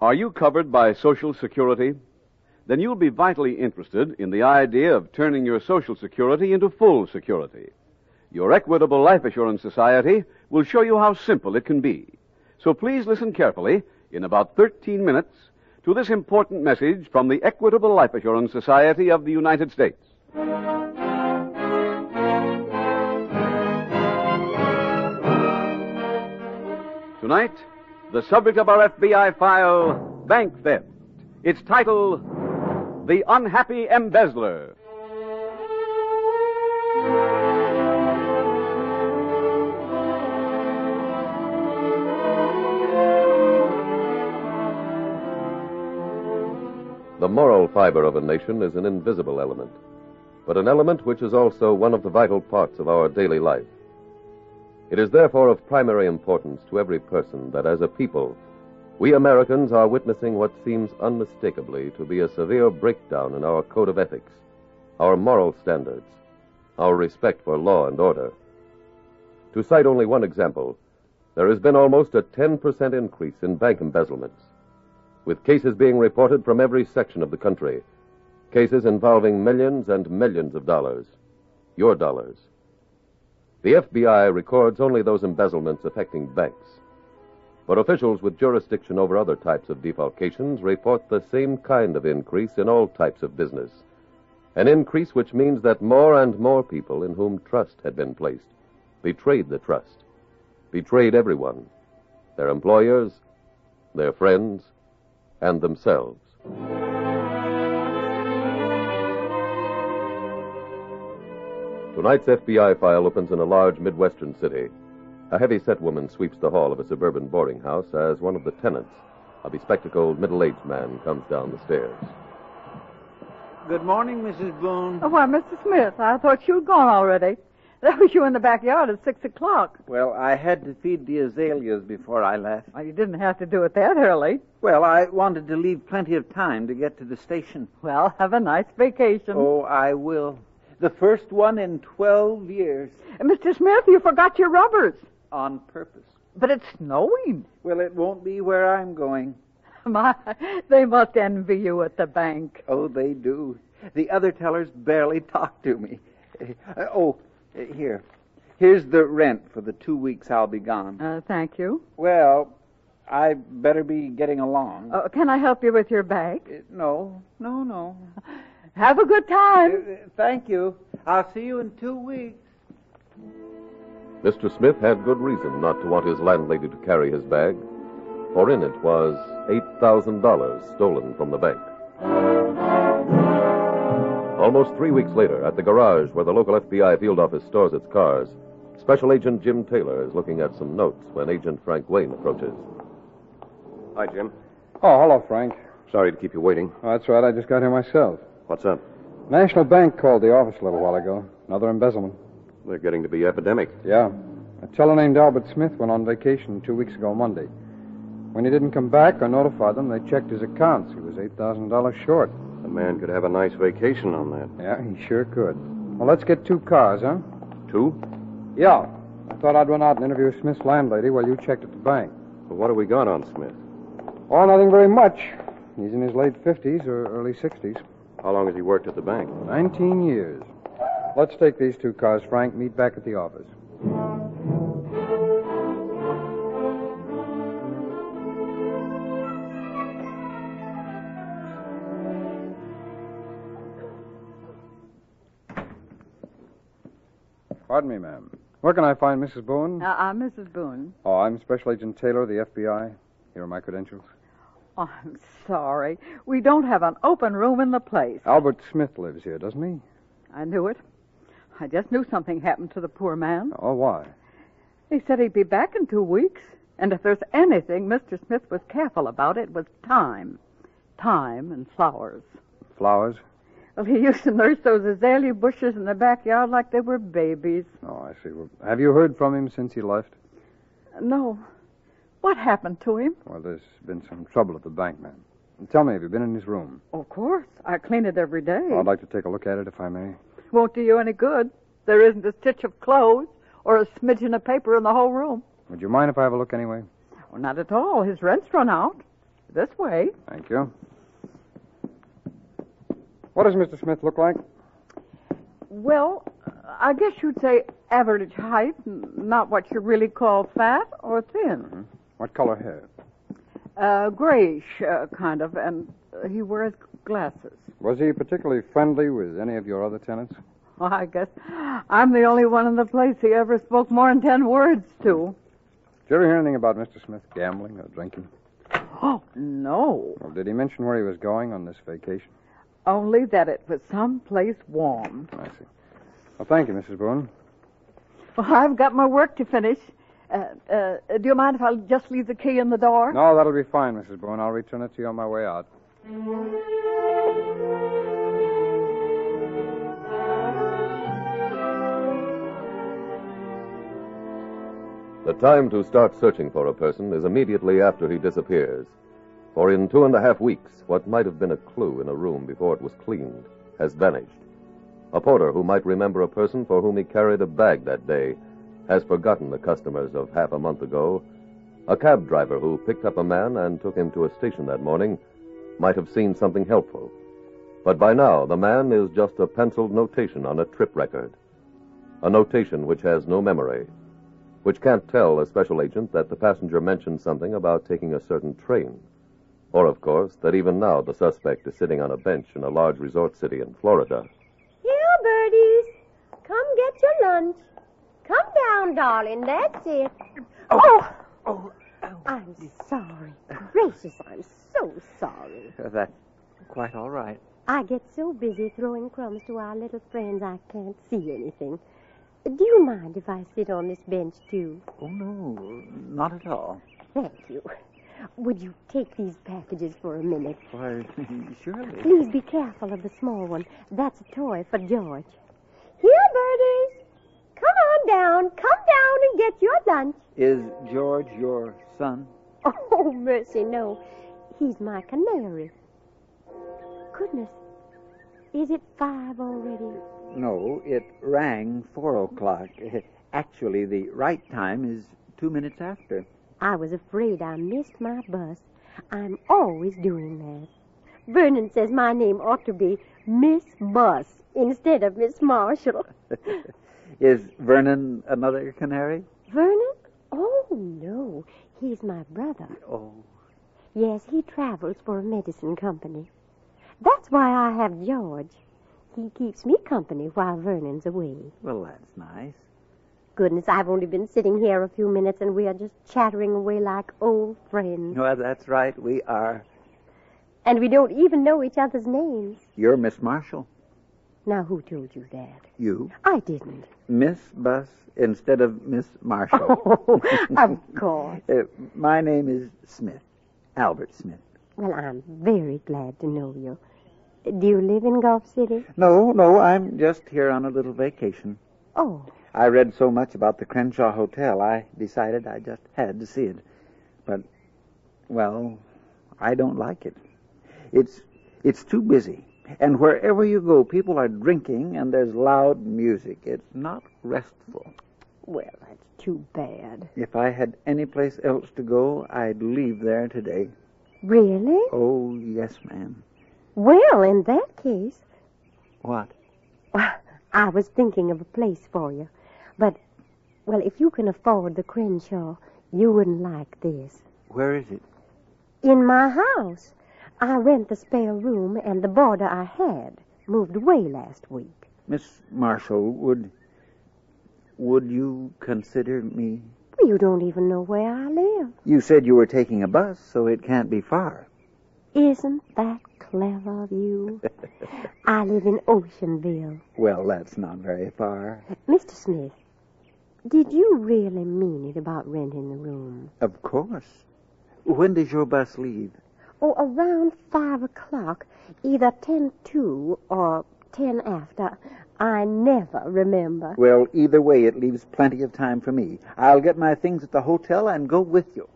Are you covered by Social Security? Then you'll be vitally interested in the idea of turning your Social Security into full security. Your Equitable Life Assurance Society will show you how simple it can be. So please listen carefully in about 13 minutes to this important message from the Equitable Life Assurance Society of the United States. Tonight, the subject of our FBI file, Bank Theft. Its title, The Unhappy Embezzler. The moral fiber of a nation is an invisible element, but an element which is also one of the vital parts of our daily life. It is therefore of primary importance to every person that as a people, we Americans are witnessing what seems unmistakably to be a severe breakdown in our code of ethics, our moral standards, our respect for law and order. To cite only one example, there has been almost a 10% increase in bank embezzlements with cases being reported from every section of the country. Cases involving millions and millions of dollars. Your dollars. The FBI records only those embezzlements affecting banks. But officials with jurisdiction over other types of defalcations report the same kind of increase in all types of business. An increase which means that more and more people in whom trust had been placed betrayed the trust, betrayed everyone their employers, their friends, and themselves. Tonight's FBI file opens in a large Midwestern city. A heavy set woman sweeps the hall of a suburban boarding house as one of the tenants, a bespectacled middle aged man, comes down the stairs. Good morning, Mrs. Boone. Oh, why, Mr. Smith, I thought you'd gone already. There was you in the backyard at six o'clock. Well, I had to feed the azaleas before I left. Well, you didn't have to do it that early. Well, I wanted to leave plenty of time to get to the station. Well, have a nice vacation. Oh, I will. The first one in 12 years And Mr. Smith, you forgot your rubbers. on purpose. But it's snowing. Well, it won't be where I'm going. My, they must envy you at the bank. Oh, they do. The other tellers barely talk to me. Uh, oh, uh, here. Here's the rent for the two weeks I'll be gone. Uh, thank you. Well, I better be getting along. Uh, can I help you with your bag? Uh, no, no, no. Have a good Uh, time. Thank you. I'll see you in two weeks. Mr. Smith had good reason not to want his landlady to carry his bag, for in it was $8,000 stolen from the bank. Almost three weeks later, at the garage where the local FBI field office stores its cars, Special Agent Jim Taylor is looking at some notes when Agent Frank Wayne approaches. Hi, Jim. Oh, hello, Frank. Sorry to keep you waiting. Oh, that's right. I just got here myself. What's up? National Bank called the office a little while ago. Another embezzlement. They're getting to be epidemic. Yeah. A teller named Albert Smith went on vacation two weeks ago Monday. When he didn't come back or notify them, they checked his accounts. He was $8,000 short. A man could have a nice vacation on that. Yeah, he sure could. Well, let's get two cars, huh? Two? Yeah. I thought I'd run out and interview Smith's landlady while you checked at the bank. Well, what do we got on Smith? Oh, nothing very much. He's in his late 50s or early 60s. How long has he worked at the bank? 19 years. Let's take these two cars, Frank. Meet back at the office. Pardon me, ma'am. Where can I find Mrs. Boone? Uh, I'm Mrs. Boone. Oh, I'm Special Agent Taylor of the FBI. Here are my credentials. Oh, I'm sorry. We Oh. don't have an open room in the place. Albert Smith lives here, doesn't he? I knew it. I just knew something happened to the poor man. Oh, why? He said he'd be back in two weeks, and if there's anything Mr. Smith was careful about, it was time. Time and flowers. Flowers? Well, he used to nurse those azalea bushes in the backyard like they were babies. Oh, I see. Well, have you heard from him since he left? No. What happened to him? Well, there's been some trouble at the bank, ma'am. Tell me, have you been in his room? Of course. I clean it every day. I'd like to take a look at it, if I may. Won't do you any good. There isn't a stitch of clothes or a smidgen of paper in the whole room. Would you mind if I have a look anyway? Oh, not at all. His rent's run out. This way. Thank you. What does Mr. Smith look like? Well, I guess you'd say average height, n- not what you really call fat or thin. What color hair? Uh, grayish, uh, kind of, and uh, he wears glasses. Was he particularly friendly with any of your other tenants? Well, I guess I'm the only one in the place he ever spoke more than ten words to. Did you ever hear anything about Mr. Smith gambling or drinking? Oh, no. Or did he mention where he was going on this vacation? Only that it was someplace warm. I see. Well, thank you, Mrs. Boone. Well, I've got my work to finish. Uh, uh, do you mind if I just leave the key in the door? No, that'll be fine, Mrs. Boone. I'll return it to you on my way out. The time to start searching for a person is immediately after he disappears. For in two and a half weeks, what might have been a clue in a room before it was cleaned has vanished. A porter who might remember a person for whom he carried a bag that day has forgotten the customers of half a month ago. A cab driver who picked up a man and took him to a station that morning might have seen something helpful. But by now, the man is just a penciled notation on a trip record. A notation which has no memory, which can't tell a special agent that the passenger mentioned something about taking a certain train. Or, of course, that even now the suspect is sitting on a bench in a large resort city in Florida. Here, birdies. Come get your lunch. Come down, darling. That's it. Oh. Oh. I'm sorry. Gracious, I'm so sorry. Uh, That's quite all right. I get so busy throwing crumbs to our little friends I can't see anything. Do you mind if I sit on this bench, too? Oh, no, not at all. Thank you. Would you take these packages for a minute? Why, surely. Please be careful of the small one. That's a toy for George. Here, birdies. Come on down. Come down and get your lunch. Is George your son? Oh, mercy, no. He's my canary. Goodness. Is it five already? No, it rang four o'clock. Actually, the right time is two minutes after. I was afraid I missed my bus. I'm always doing that. Vernon says my name ought to be Miss Bus instead of Miss Marshall. Is Vernon another canary? Vernon? Oh, no. He's my brother. Oh, Yes, he travels for a medicine company. That's why I have George. He keeps me company while Vernon's away. well, that's nice. Goodness, I've only been sitting here a few minutes and we are just chattering away like old friends. Well, that's right. We are. And we don't even know each other's names. You're Miss Marshall. Now, who told you that? You? I didn't. Miss Bus instead of Miss Marshall. Oh, of course. Uh, my name is Smith, Albert Smith. Well, I'm very glad to know you. Do you live in Gulf City? No, no, I'm just here on a little vacation. Oh, I read so much about the Crenshaw Hotel, I decided I just had to see it. But, well, I don't like it. It's it's too busy, and wherever you go, people are drinking and there's loud music. It's not restful. well, that's too bad. If I had any place else to go, I'd leave there today. Really? Oh yes, ma'am. Well, in that case, What? I was thinking of a place for you. But, well, if you can afford the Crenshaw, you wouldn't like this. Where is it? In my house, I rent the spare room, and the boarder I had moved away last week. Miss Marshall, would would you consider me? Well, you don't even know where I live. You said you were taking a bus, so it can't be far. Isn't that clever of you? I live in Oceanville. Well, that's not very far. Mr. Smith, did you really mean it about renting the room? Of course. When does your bus leave? Oh, around five o'clock, either ten to or ten after. I never remember. Well, either way, it leaves plenty of time for me. I'll get my things at the hotel and go with you.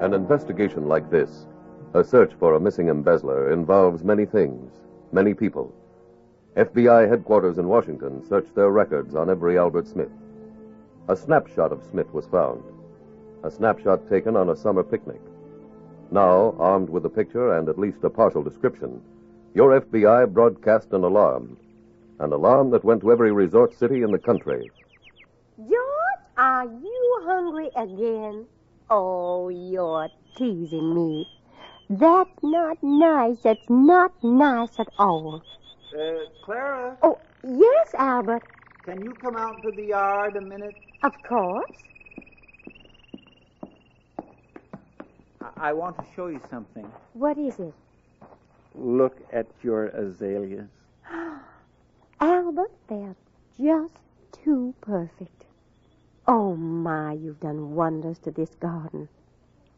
An investigation like this, a search for a missing embezzler, involves many things, many people. FBI headquarters in Washington searched their records on every Albert Smith. A snapshot of Smith was found, a snapshot taken on a summer picnic. Now, armed with a picture and at least a partial description, your FBI broadcast an alarm. An alarm that went to every resort city in the country. George, are you hungry again? Oh, you're teasing me. That's not nice. That's not nice at all. Uh, Clara, Oh, yes, Albert. can you come out to the yard a minute? Of course. I, I want to show you something. What is it? Look at your azaleas. Albert, they're just too perfect. Oh, my, you've done wonders to this garden.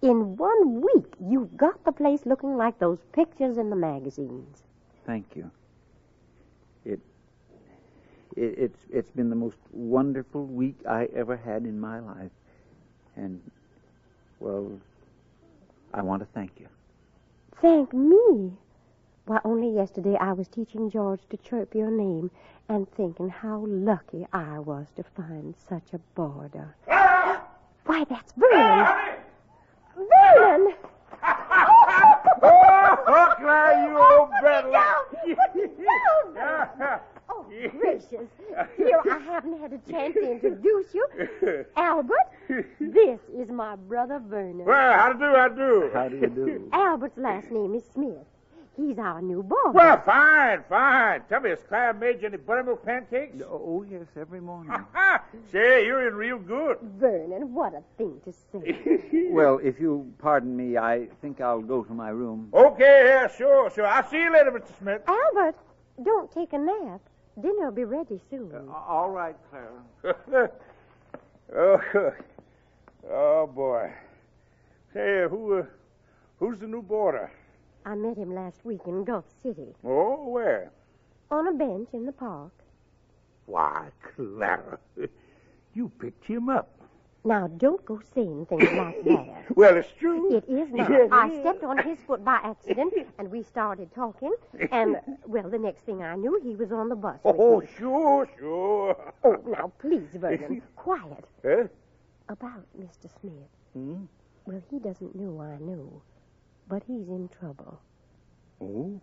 In one week, you've got the place looking like those pictures in the magazines. Thank you. It, it it's it's been the most wonderful week I ever had in my life, and well, I want to thank you. Thank me. Why, only yesterday I was teaching George to chirp your name and thinking how lucky I was to find such a boarder. Why, that's Vernon. Vernon! Oh, Clara, you old No, brat. put me down, Vernon. Oh, gracious. Here, I haven't had a chance to introduce you. Albert, this is my brother Vernon. Well, how do I do? How do you do? Albert's last name is Smith. He's our new boarder. Well, fine, fine. Tell me, has Clara made you any buttermilk pancakes? oh yes, every morning. Ha! Say, you're in real good. Vernon, what a thing to say. well, if you pardon me, I think I'll go to my room. Okay, yeah, sure, sure. I'll see you later, Mr. Smith. Albert, don't take a nap. Dinner'll be ready soon. All right, Clara. oh, oh, boy. Say, who, uh, who's the new boarder? I met him last week in Gulf City Oh, where? on a bench in the park. Why, Clara, you picked him up. Now, don't go saying things like that. Well, it's true. It is not. Yes, it I is. stepped on his foot by accident, and we started talking. And, well, the next thing I knew, he was on the bus. with Oh, me. sure, sure. oh, now, please, Vernon, quiet. Huh? About Mr. Smith. Hmm? Well, he doesn't know I know, but he's in trouble. Oh?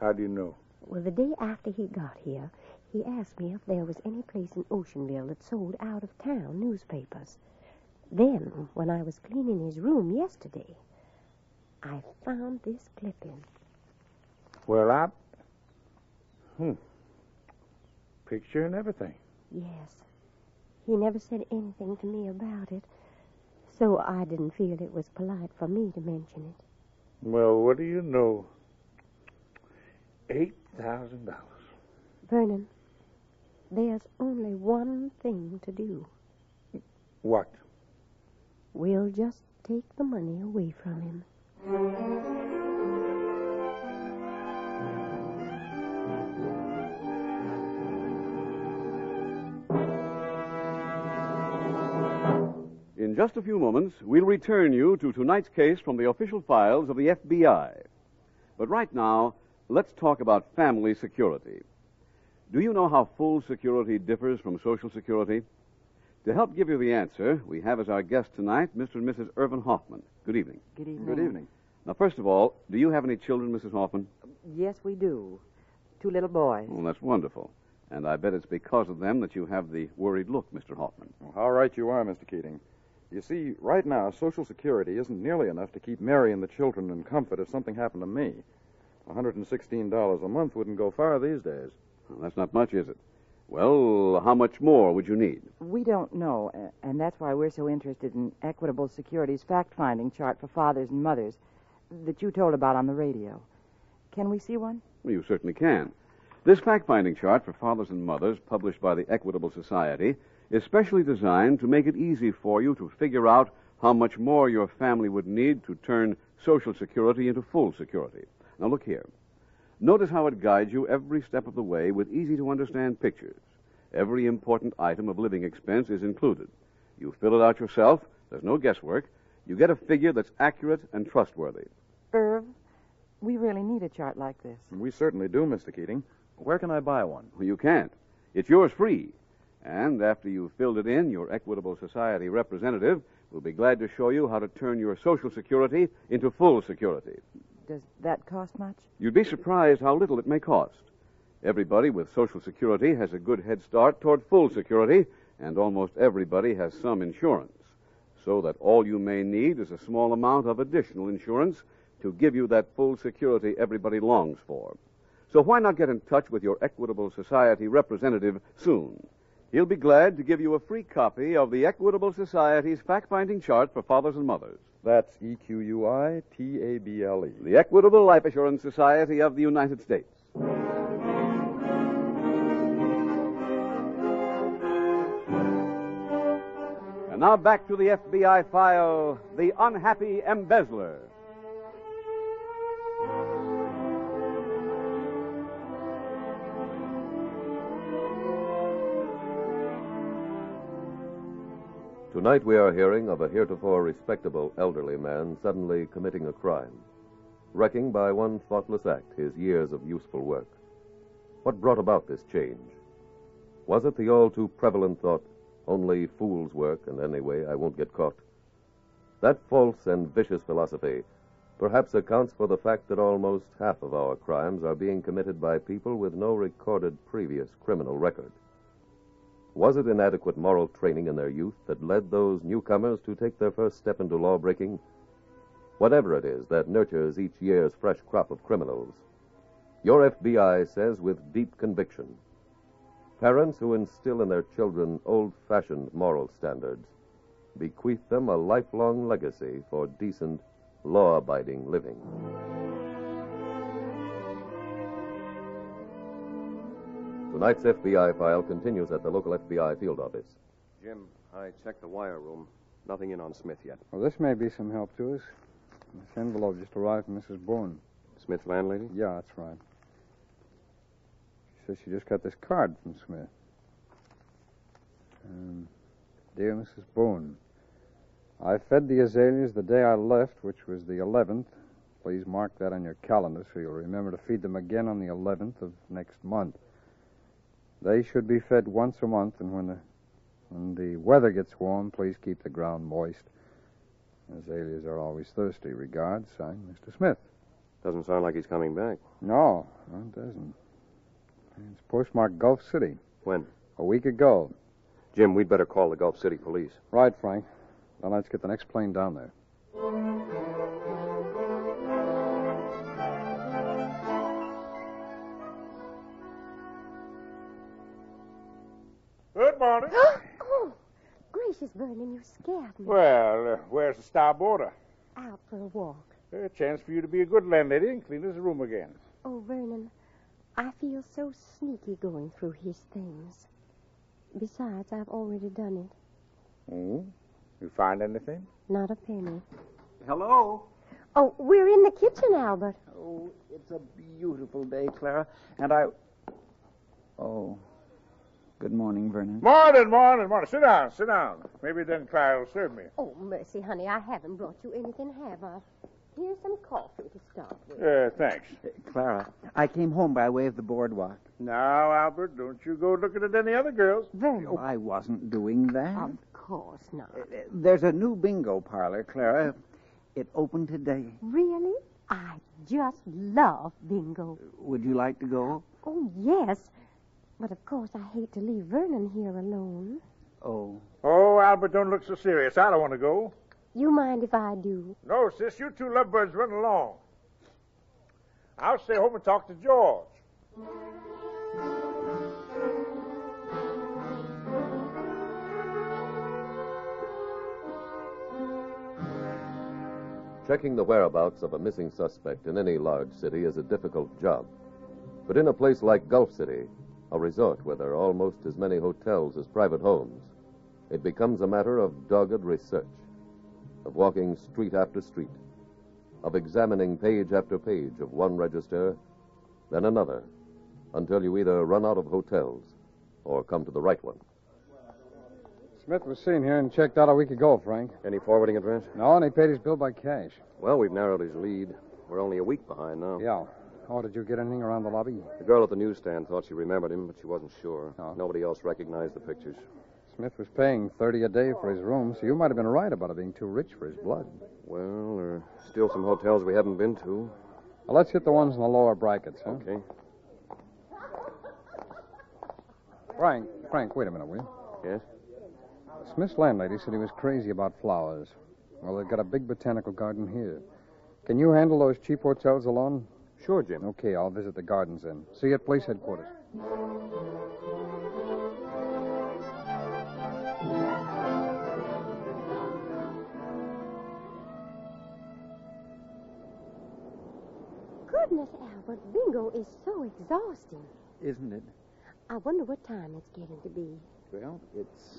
How do you know? Well, the day after he got here, he asked me if there was any place in Oceanville that sold out of town newspapers. Then, when I was cleaning his room yesterday, I found this clipping. Well, I. Hmm. Picture and everything. Yes. He never said anything to me about it, so I didn't feel it was polite for me to mention it. Well, what do you know? Eight thousand dollars. Vernon, there's only one thing to do. What? We'll just take the money away from him. In just a few moments, we'll return you to tonight's case from the official files of the FBI. But right now, let's talk about family security. Do you know how full security differs from Social Security? To help give you the answer, we have as our guest tonight Mr. and Mrs. Irvin Hoffman. Good evening. Good evening. Good evening. Now, first of all, do you have any children, Mrs. Hoffman? Yes, we do. Two little boys. Well, that's wonderful. And I bet it's because of them that you have the worried look, Mr. Hoffman. Well, how right you are, Mr. Keating. You see, right now, Social Security isn't nearly enough to keep Mary and the children in comfort if something happened to me. $116 a month wouldn't go far these days. Well, that's not much, is it? Well, how much more would you need? We don't know, uh, and that's why we're so interested in Equitable Securities fact finding chart for fathers and mothers that you told about on the radio. Can we see one? Well, you certainly can. This fact finding chart for fathers and mothers, published by the Equitable Society, is specially designed to make it easy for you to figure out how much more your family would need to turn Social Security into full security. Now, look here. Notice how it guides you every step of the way with easy to understand pictures. Every important item of living expense is included. You fill it out yourself, there's no guesswork. You get a figure that's accurate and trustworthy. Irv, we really need a chart like this. We certainly do, Mr. Keating. Where can I buy one? Well, you can't. It's yours free. And after you've filled it in, your Equitable Society representative will be glad to show you how to turn your Social Security into full security. Does that cost much? You'd be surprised how little it may cost. Everybody with Social Security has a good head start toward full security, and almost everybody has some insurance. So that all you may need is a small amount of additional insurance to give you that full security everybody longs for. So why not get in touch with your Equitable Society representative soon? He'll be glad to give you a free copy of the Equitable Society's fact finding chart for fathers and mothers. That's E Q U I T A B L E. The Equitable Life Assurance Society of the United States. And now back to the FBI file The Unhappy Embezzler. Tonight we are hearing of a heretofore respectable elderly man suddenly committing a crime, wrecking by one thoughtless act his years of useful work. What brought about this change? Was it the all too prevalent thought, only fools work, and anyway I won't get caught? That false and vicious philosophy perhaps accounts for the fact that almost half of our crimes are being committed by people with no recorded previous criminal record. Was it inadequate moral training in their youth that led those newcomers to take their first step into law breaking? Whatever it is that nurtures each year's fresh crop of criminals, your FBI says with deep conviction parents who instill in their children old fashioned moral standards bequeath them a lifelong legacy for decent, law abiding living. Tonight's FBI file continues at the local FBI field office. Jim, I checked the wire room. Nothing in on Smith yet. Well, this may be some help to us. This envelope just arrived from Mrs. Boone. Smith landlady? Yeah, that's right. She says she just got this card from Smith. Um, Dear Mrs. Boone, I fed the azaleas the day I left, which was the 11th. Please mark that on your calendar so you'll remember to feed them again on the 11th of next month. They should be fed once a month, and when the, when the weather gets warm, please keep the ground moist. Azaleas are always thirsty. Regards, signed Mr. Smith. Doesn't sound like he's coming back. No, no, it doesn't. It's postmarked Gulf City. When? A week ago. Jim, we'd better call the Gulf City police. Right, Frank. Now let's get the next plane down there. Good morning. oh, gracious, Vernon, you scared me. well, uh, where's the stop order? Out for a walk. A chance for you to be a good landlady and clean this room again. Oh, Vernon, I feel so sneaky going through his things. Besides, I've already done it. Hmm? You find anything? Not a penny. Hello. Oh, we're in the kitchen, Albert. Oh, it's a beautiful day, Clara, and I. Oh. Good morning, Vernon. Morning, morning, morning. Sit down, sit down. Maybe then Clara will serve me. Oh, mercy, honey, I haven't brought you anything, have I? Here's some coffee to start with. Uh, thanks. Uh, Clara, I came home by way of the boardwalk. Now, Albert, don't you go looking at any other girls. Oh, I wasn't doing that. Of course not. Uh, There's a new bingo parlor, Clara. It opened today. Really? I just love bingo. Would you like to go? Oh, yes. But of course, I hate to leave Vernon here alone. Oh. Oh, Albert, don't look so serious. I don't want to go. You mind if I do? No, sis, you two lovebirds run along. I'll stay home and talk to George. Checking the whereabouts of a missing suspect in any large city is a difficult job. But in a place like Gulf City, a resort where there are almost as many hotels as private homes, it becomes a matter of dogged research, of walking street after street, of examining page after page of one register, then another, until you either run out of hotels or come to the right one. Smith was seen here and checked out a week ago, Frank. Any forwarding address? No, and he paid his bill by cash. Well, we've narrowed his lead. We're only a week behind now. Yeah. Oh, did you get anything around the lobby? The girl at the newsstand thought she remembered him, but she wasn't sure. Nobody else recognized the pictures. Smith was paying 30 a day for his room, so you might have been right about it being too rich for his blood. Well, there are still some hotels we haven't been to. Well, let's hit the ones in the lower brackets, huh? Okay. Frank, Frank, wait a minute, will you? Yes? Smith's landlady said he was crazy about flowers. Well, they've got a big botanical garden here. Can you handle those cheap hotels alone? Sure, Jim. Okay, I'll visit the gardens then. See you at police headquarters. Goodness, Albert, bingo is so exhausting. Isn't it? I wonder what time it's getting to be. Well, it's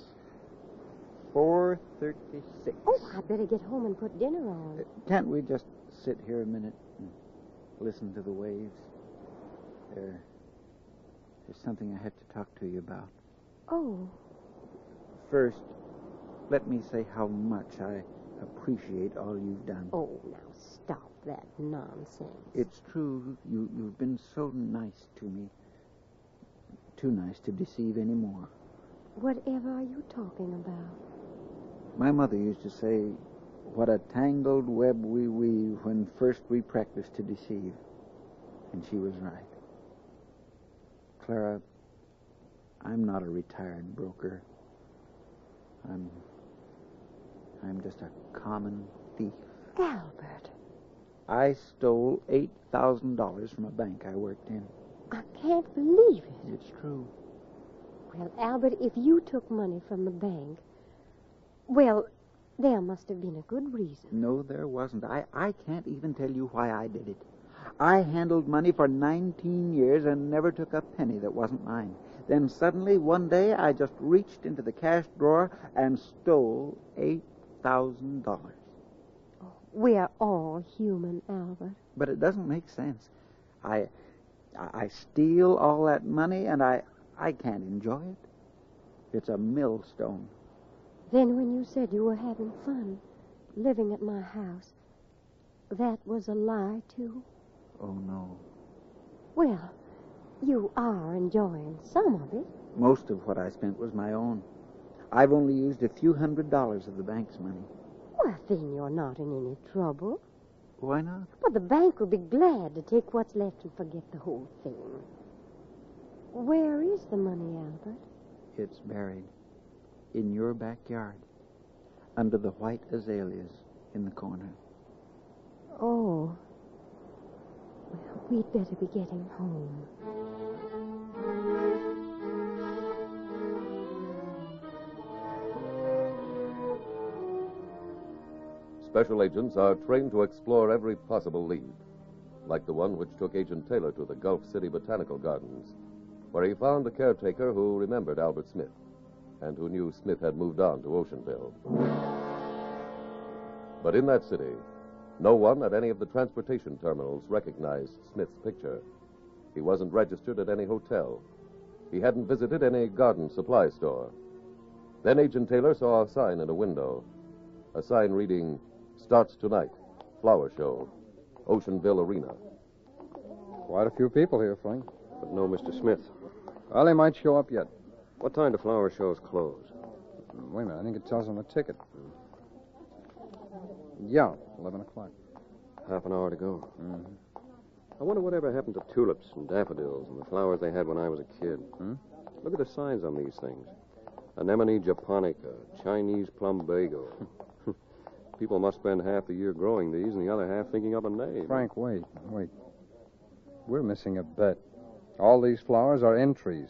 4.36. Oh, I better get home and put dinner on. Can't we just sit here a minute and listen to the waves? There, there's something I have to talk to you about. Oh, First, let me say how much I appreciate all you've done. oh, now stop that nonsense. It's true, you, you've been so nice to me. Too nice to deceive any more. Whatever are you talking about? My mother used to say, What a tangled web we weave when first we practice to deceive. And she was right. Clara, I'm not a retired broker. I'm. I'm just a common thief. Albert, I stole $8,000 from a bank I worked in. I can't believe it. It's true. Well, Albert, if you took money from the bank, well, there must have been a good reason. No, there wasn't. I, I can't even tell you why I did it. I handled money for 19 years and never took a penny that wasn't mine. Then suddenly, one day, I just reached into the cash drawer and stole $8,000. We are all human, Albert. But it doesn't make sense. I, I I steal all that money and I, I can't enjoy it. It's a millstone. Then when you said you were having fun living at my house, that was a lie, too? Oh, no. Well, you are enjoying some of it. Most of what I spent was my own. I've only used a few hundred dollars of the bank's money. Well, then you're not in any trouble. Why not? But the bank will be glad to take what's left and forget the whole thing. Where is the money, Albert? It's buried in your backyard under the white azaleas in the corner. Oh. Well, we'd better be getting home. Special agents are trained to explore every possible lead, like the one which took Agent Taylor to the Gulf City Botanical Gardens, where he found a caretaker who remembered Albert Smith and who knew Smith had moved on to Oceanville. But in that city, no one at any of the transportation terminals recognized Smith's picture. He wasn't registered at any hotel. He hadn't visited any garden supply store. Then Agent Taylor saw a sign in a window, a sign reading, Starts tonight. Flower show. Oceanville Arena. Quite a few people here, Frank. But no Mr. Smith. Well, they might show up yet. What time do flower shows close? Wait a minute, I think it tells on the ticket. Yeah, 11 o'clock. Half an hour to go. I wonder whatever happened to tulips and daffodils and the flowers they had when I was a kid. Hmm? Look at the signs on these things Anemone japonica, Chinese plumbago. People must spend half the year growing these and the other half thinking up a name. Frank, wait, wait. We're missing a bet. All these flowers are entries.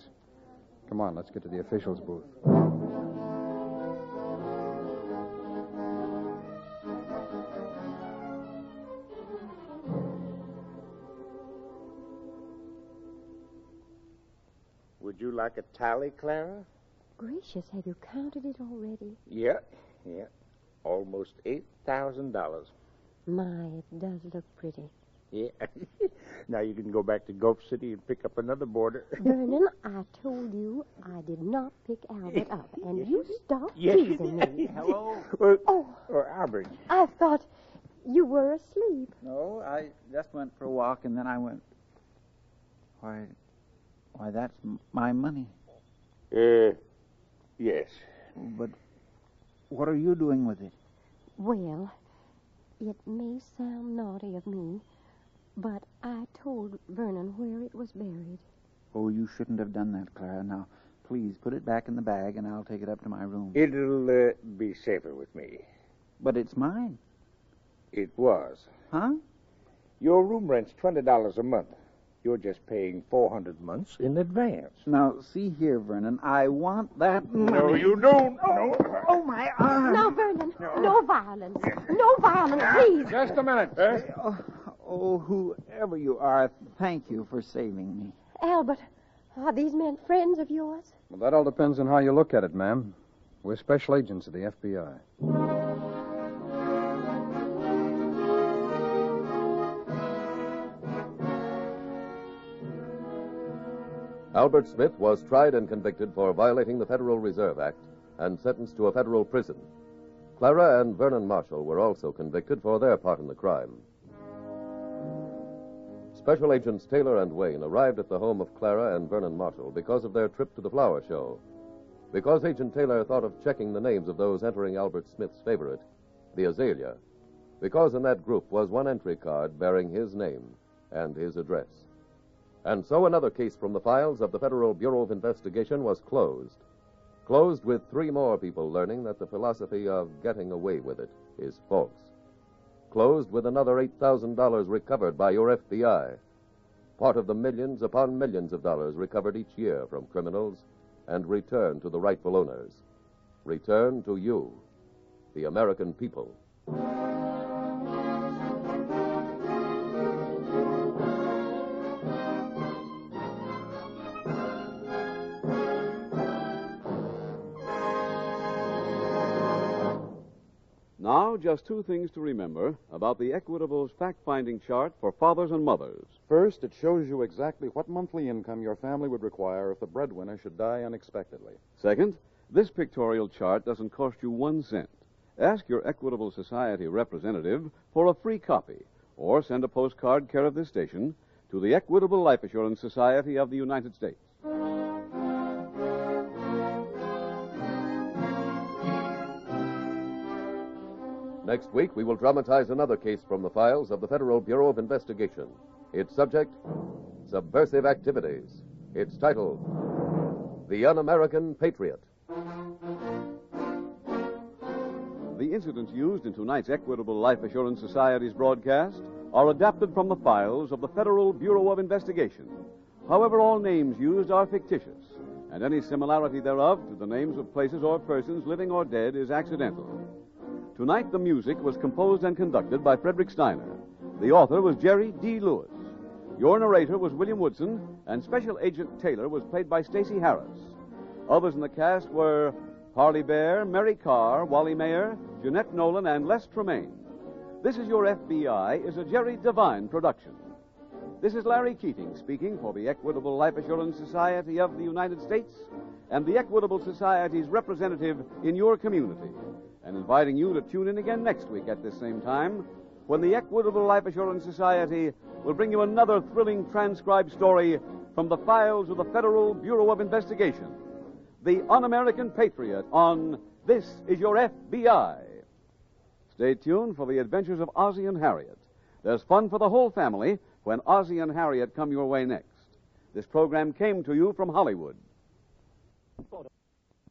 Come on, let's get to the officials' booth. Would you like a tally, Clara? Gracious, have you counted it already? Yeah, yeah. Almost $8,000. My, it does look pretty. Yeah. now you can go back to Gulf City and pick up another boarder. Vernon, I told you I did not pick Albert up, and you stopped Yes, you teasing me. Hello? Well, oh. Albert. I thought you were asleep. No, I just went for a walk, and then I went. Why, why, that's m- my money. Uh, yes. But what are you doing with it? Well, it may sound naughty of me, but I told Vernon where it was buried. Oh, you shouldn't have done that, Clara. Now, please put it back in the bag, and I'll take it up to my room. It'll uh, be safer with me. But it's mine, It was. huh? Your room rent's $20 a month. You're just paying 400 months in advance. Now, see here, Vernon. I want that money. No, you don't. No. Oh, my arm. No, Vernon, no, violence. No violence, please. Just a minute. Oh, whoever you are, thank you for saving me. Albert, are these men friends of yours? Well, that all depends on how you look at it, ma'am. We're special agents of the FBI. Albert Smith was tried and convicted for violating the Federal Reserve Act and sentenced to a federal prison. Clara and Vernon Marshall were also convicted for their part in the crime. Special Agents Taylor and Wayne arrived at the home of Clara and Vernon Marshall because of their trip to the flower show. Because Agent Taylor thought of checking the names of those entering Albert Smith's favorite, the Azalea, because in that group was one entry card bearing his name and his address. And so another case from the files of the Federal Bureau of Investigation was closed. Closed with three more people learning that the philosophy of getting away with it is false. Closed with another $8,000 recovered by your FBI. Part of the millions upon millions of dollars recovered each year from criminals and returned to the rightful owners. Returned to you, the American people. Now, just two things to remember about the Equitable's fact finding chart for fathers and mothers. First, it shows you exactly what monthly income your family would require if the breadwinner should die unexpectedly. Second, this pictorial chart doesn't cost you one cent. Ask your Equitable Society representative for a free copy or send a postcard care of this station to the Equitable Life Assurance Society of the United States. Next week, we will dramatize another case from the files of the Federal Bureau of Investigation. Its subject, Subversive Activities. Its title, The Un American Patriot. The incidents used in tonight's Equitable Life Assurance Society's broadcast are adapted from the files of the Federal Bureau of Investigation. However, all names used are fictitious, and any similarity thereof to the names of places or persons living or dead is accidental. Tonight, the music was composed and conducted by Frederick Steiner. The author was Jerry D. Lewis. Your narrator was William Woodson, and Special Agent Taylor was played by Stacey Harris. Others in the cast were Harley Bear, Mary Carr, Wally Mayer, Jeanette Nolan, and Les Tremaine. This is Your FBI is a Jerry Devine production. This is Larry Keating speaking for the Equitable Life Assurance Society of the United States and the Equitable Society's representative in your community, and inviting you to tune in again next week at this same time when the Equitable Life Assurance Society will bring you another thrilling transcribed story from the files of the Federal Bureau of Investigation The Un American Patriot on This Is Your FBI. Stay tuned for the adventures of Ozzie and Harriet. There's fun for the whole family when Ozzie and Harriet come your way next. This program came to you from Hollywood.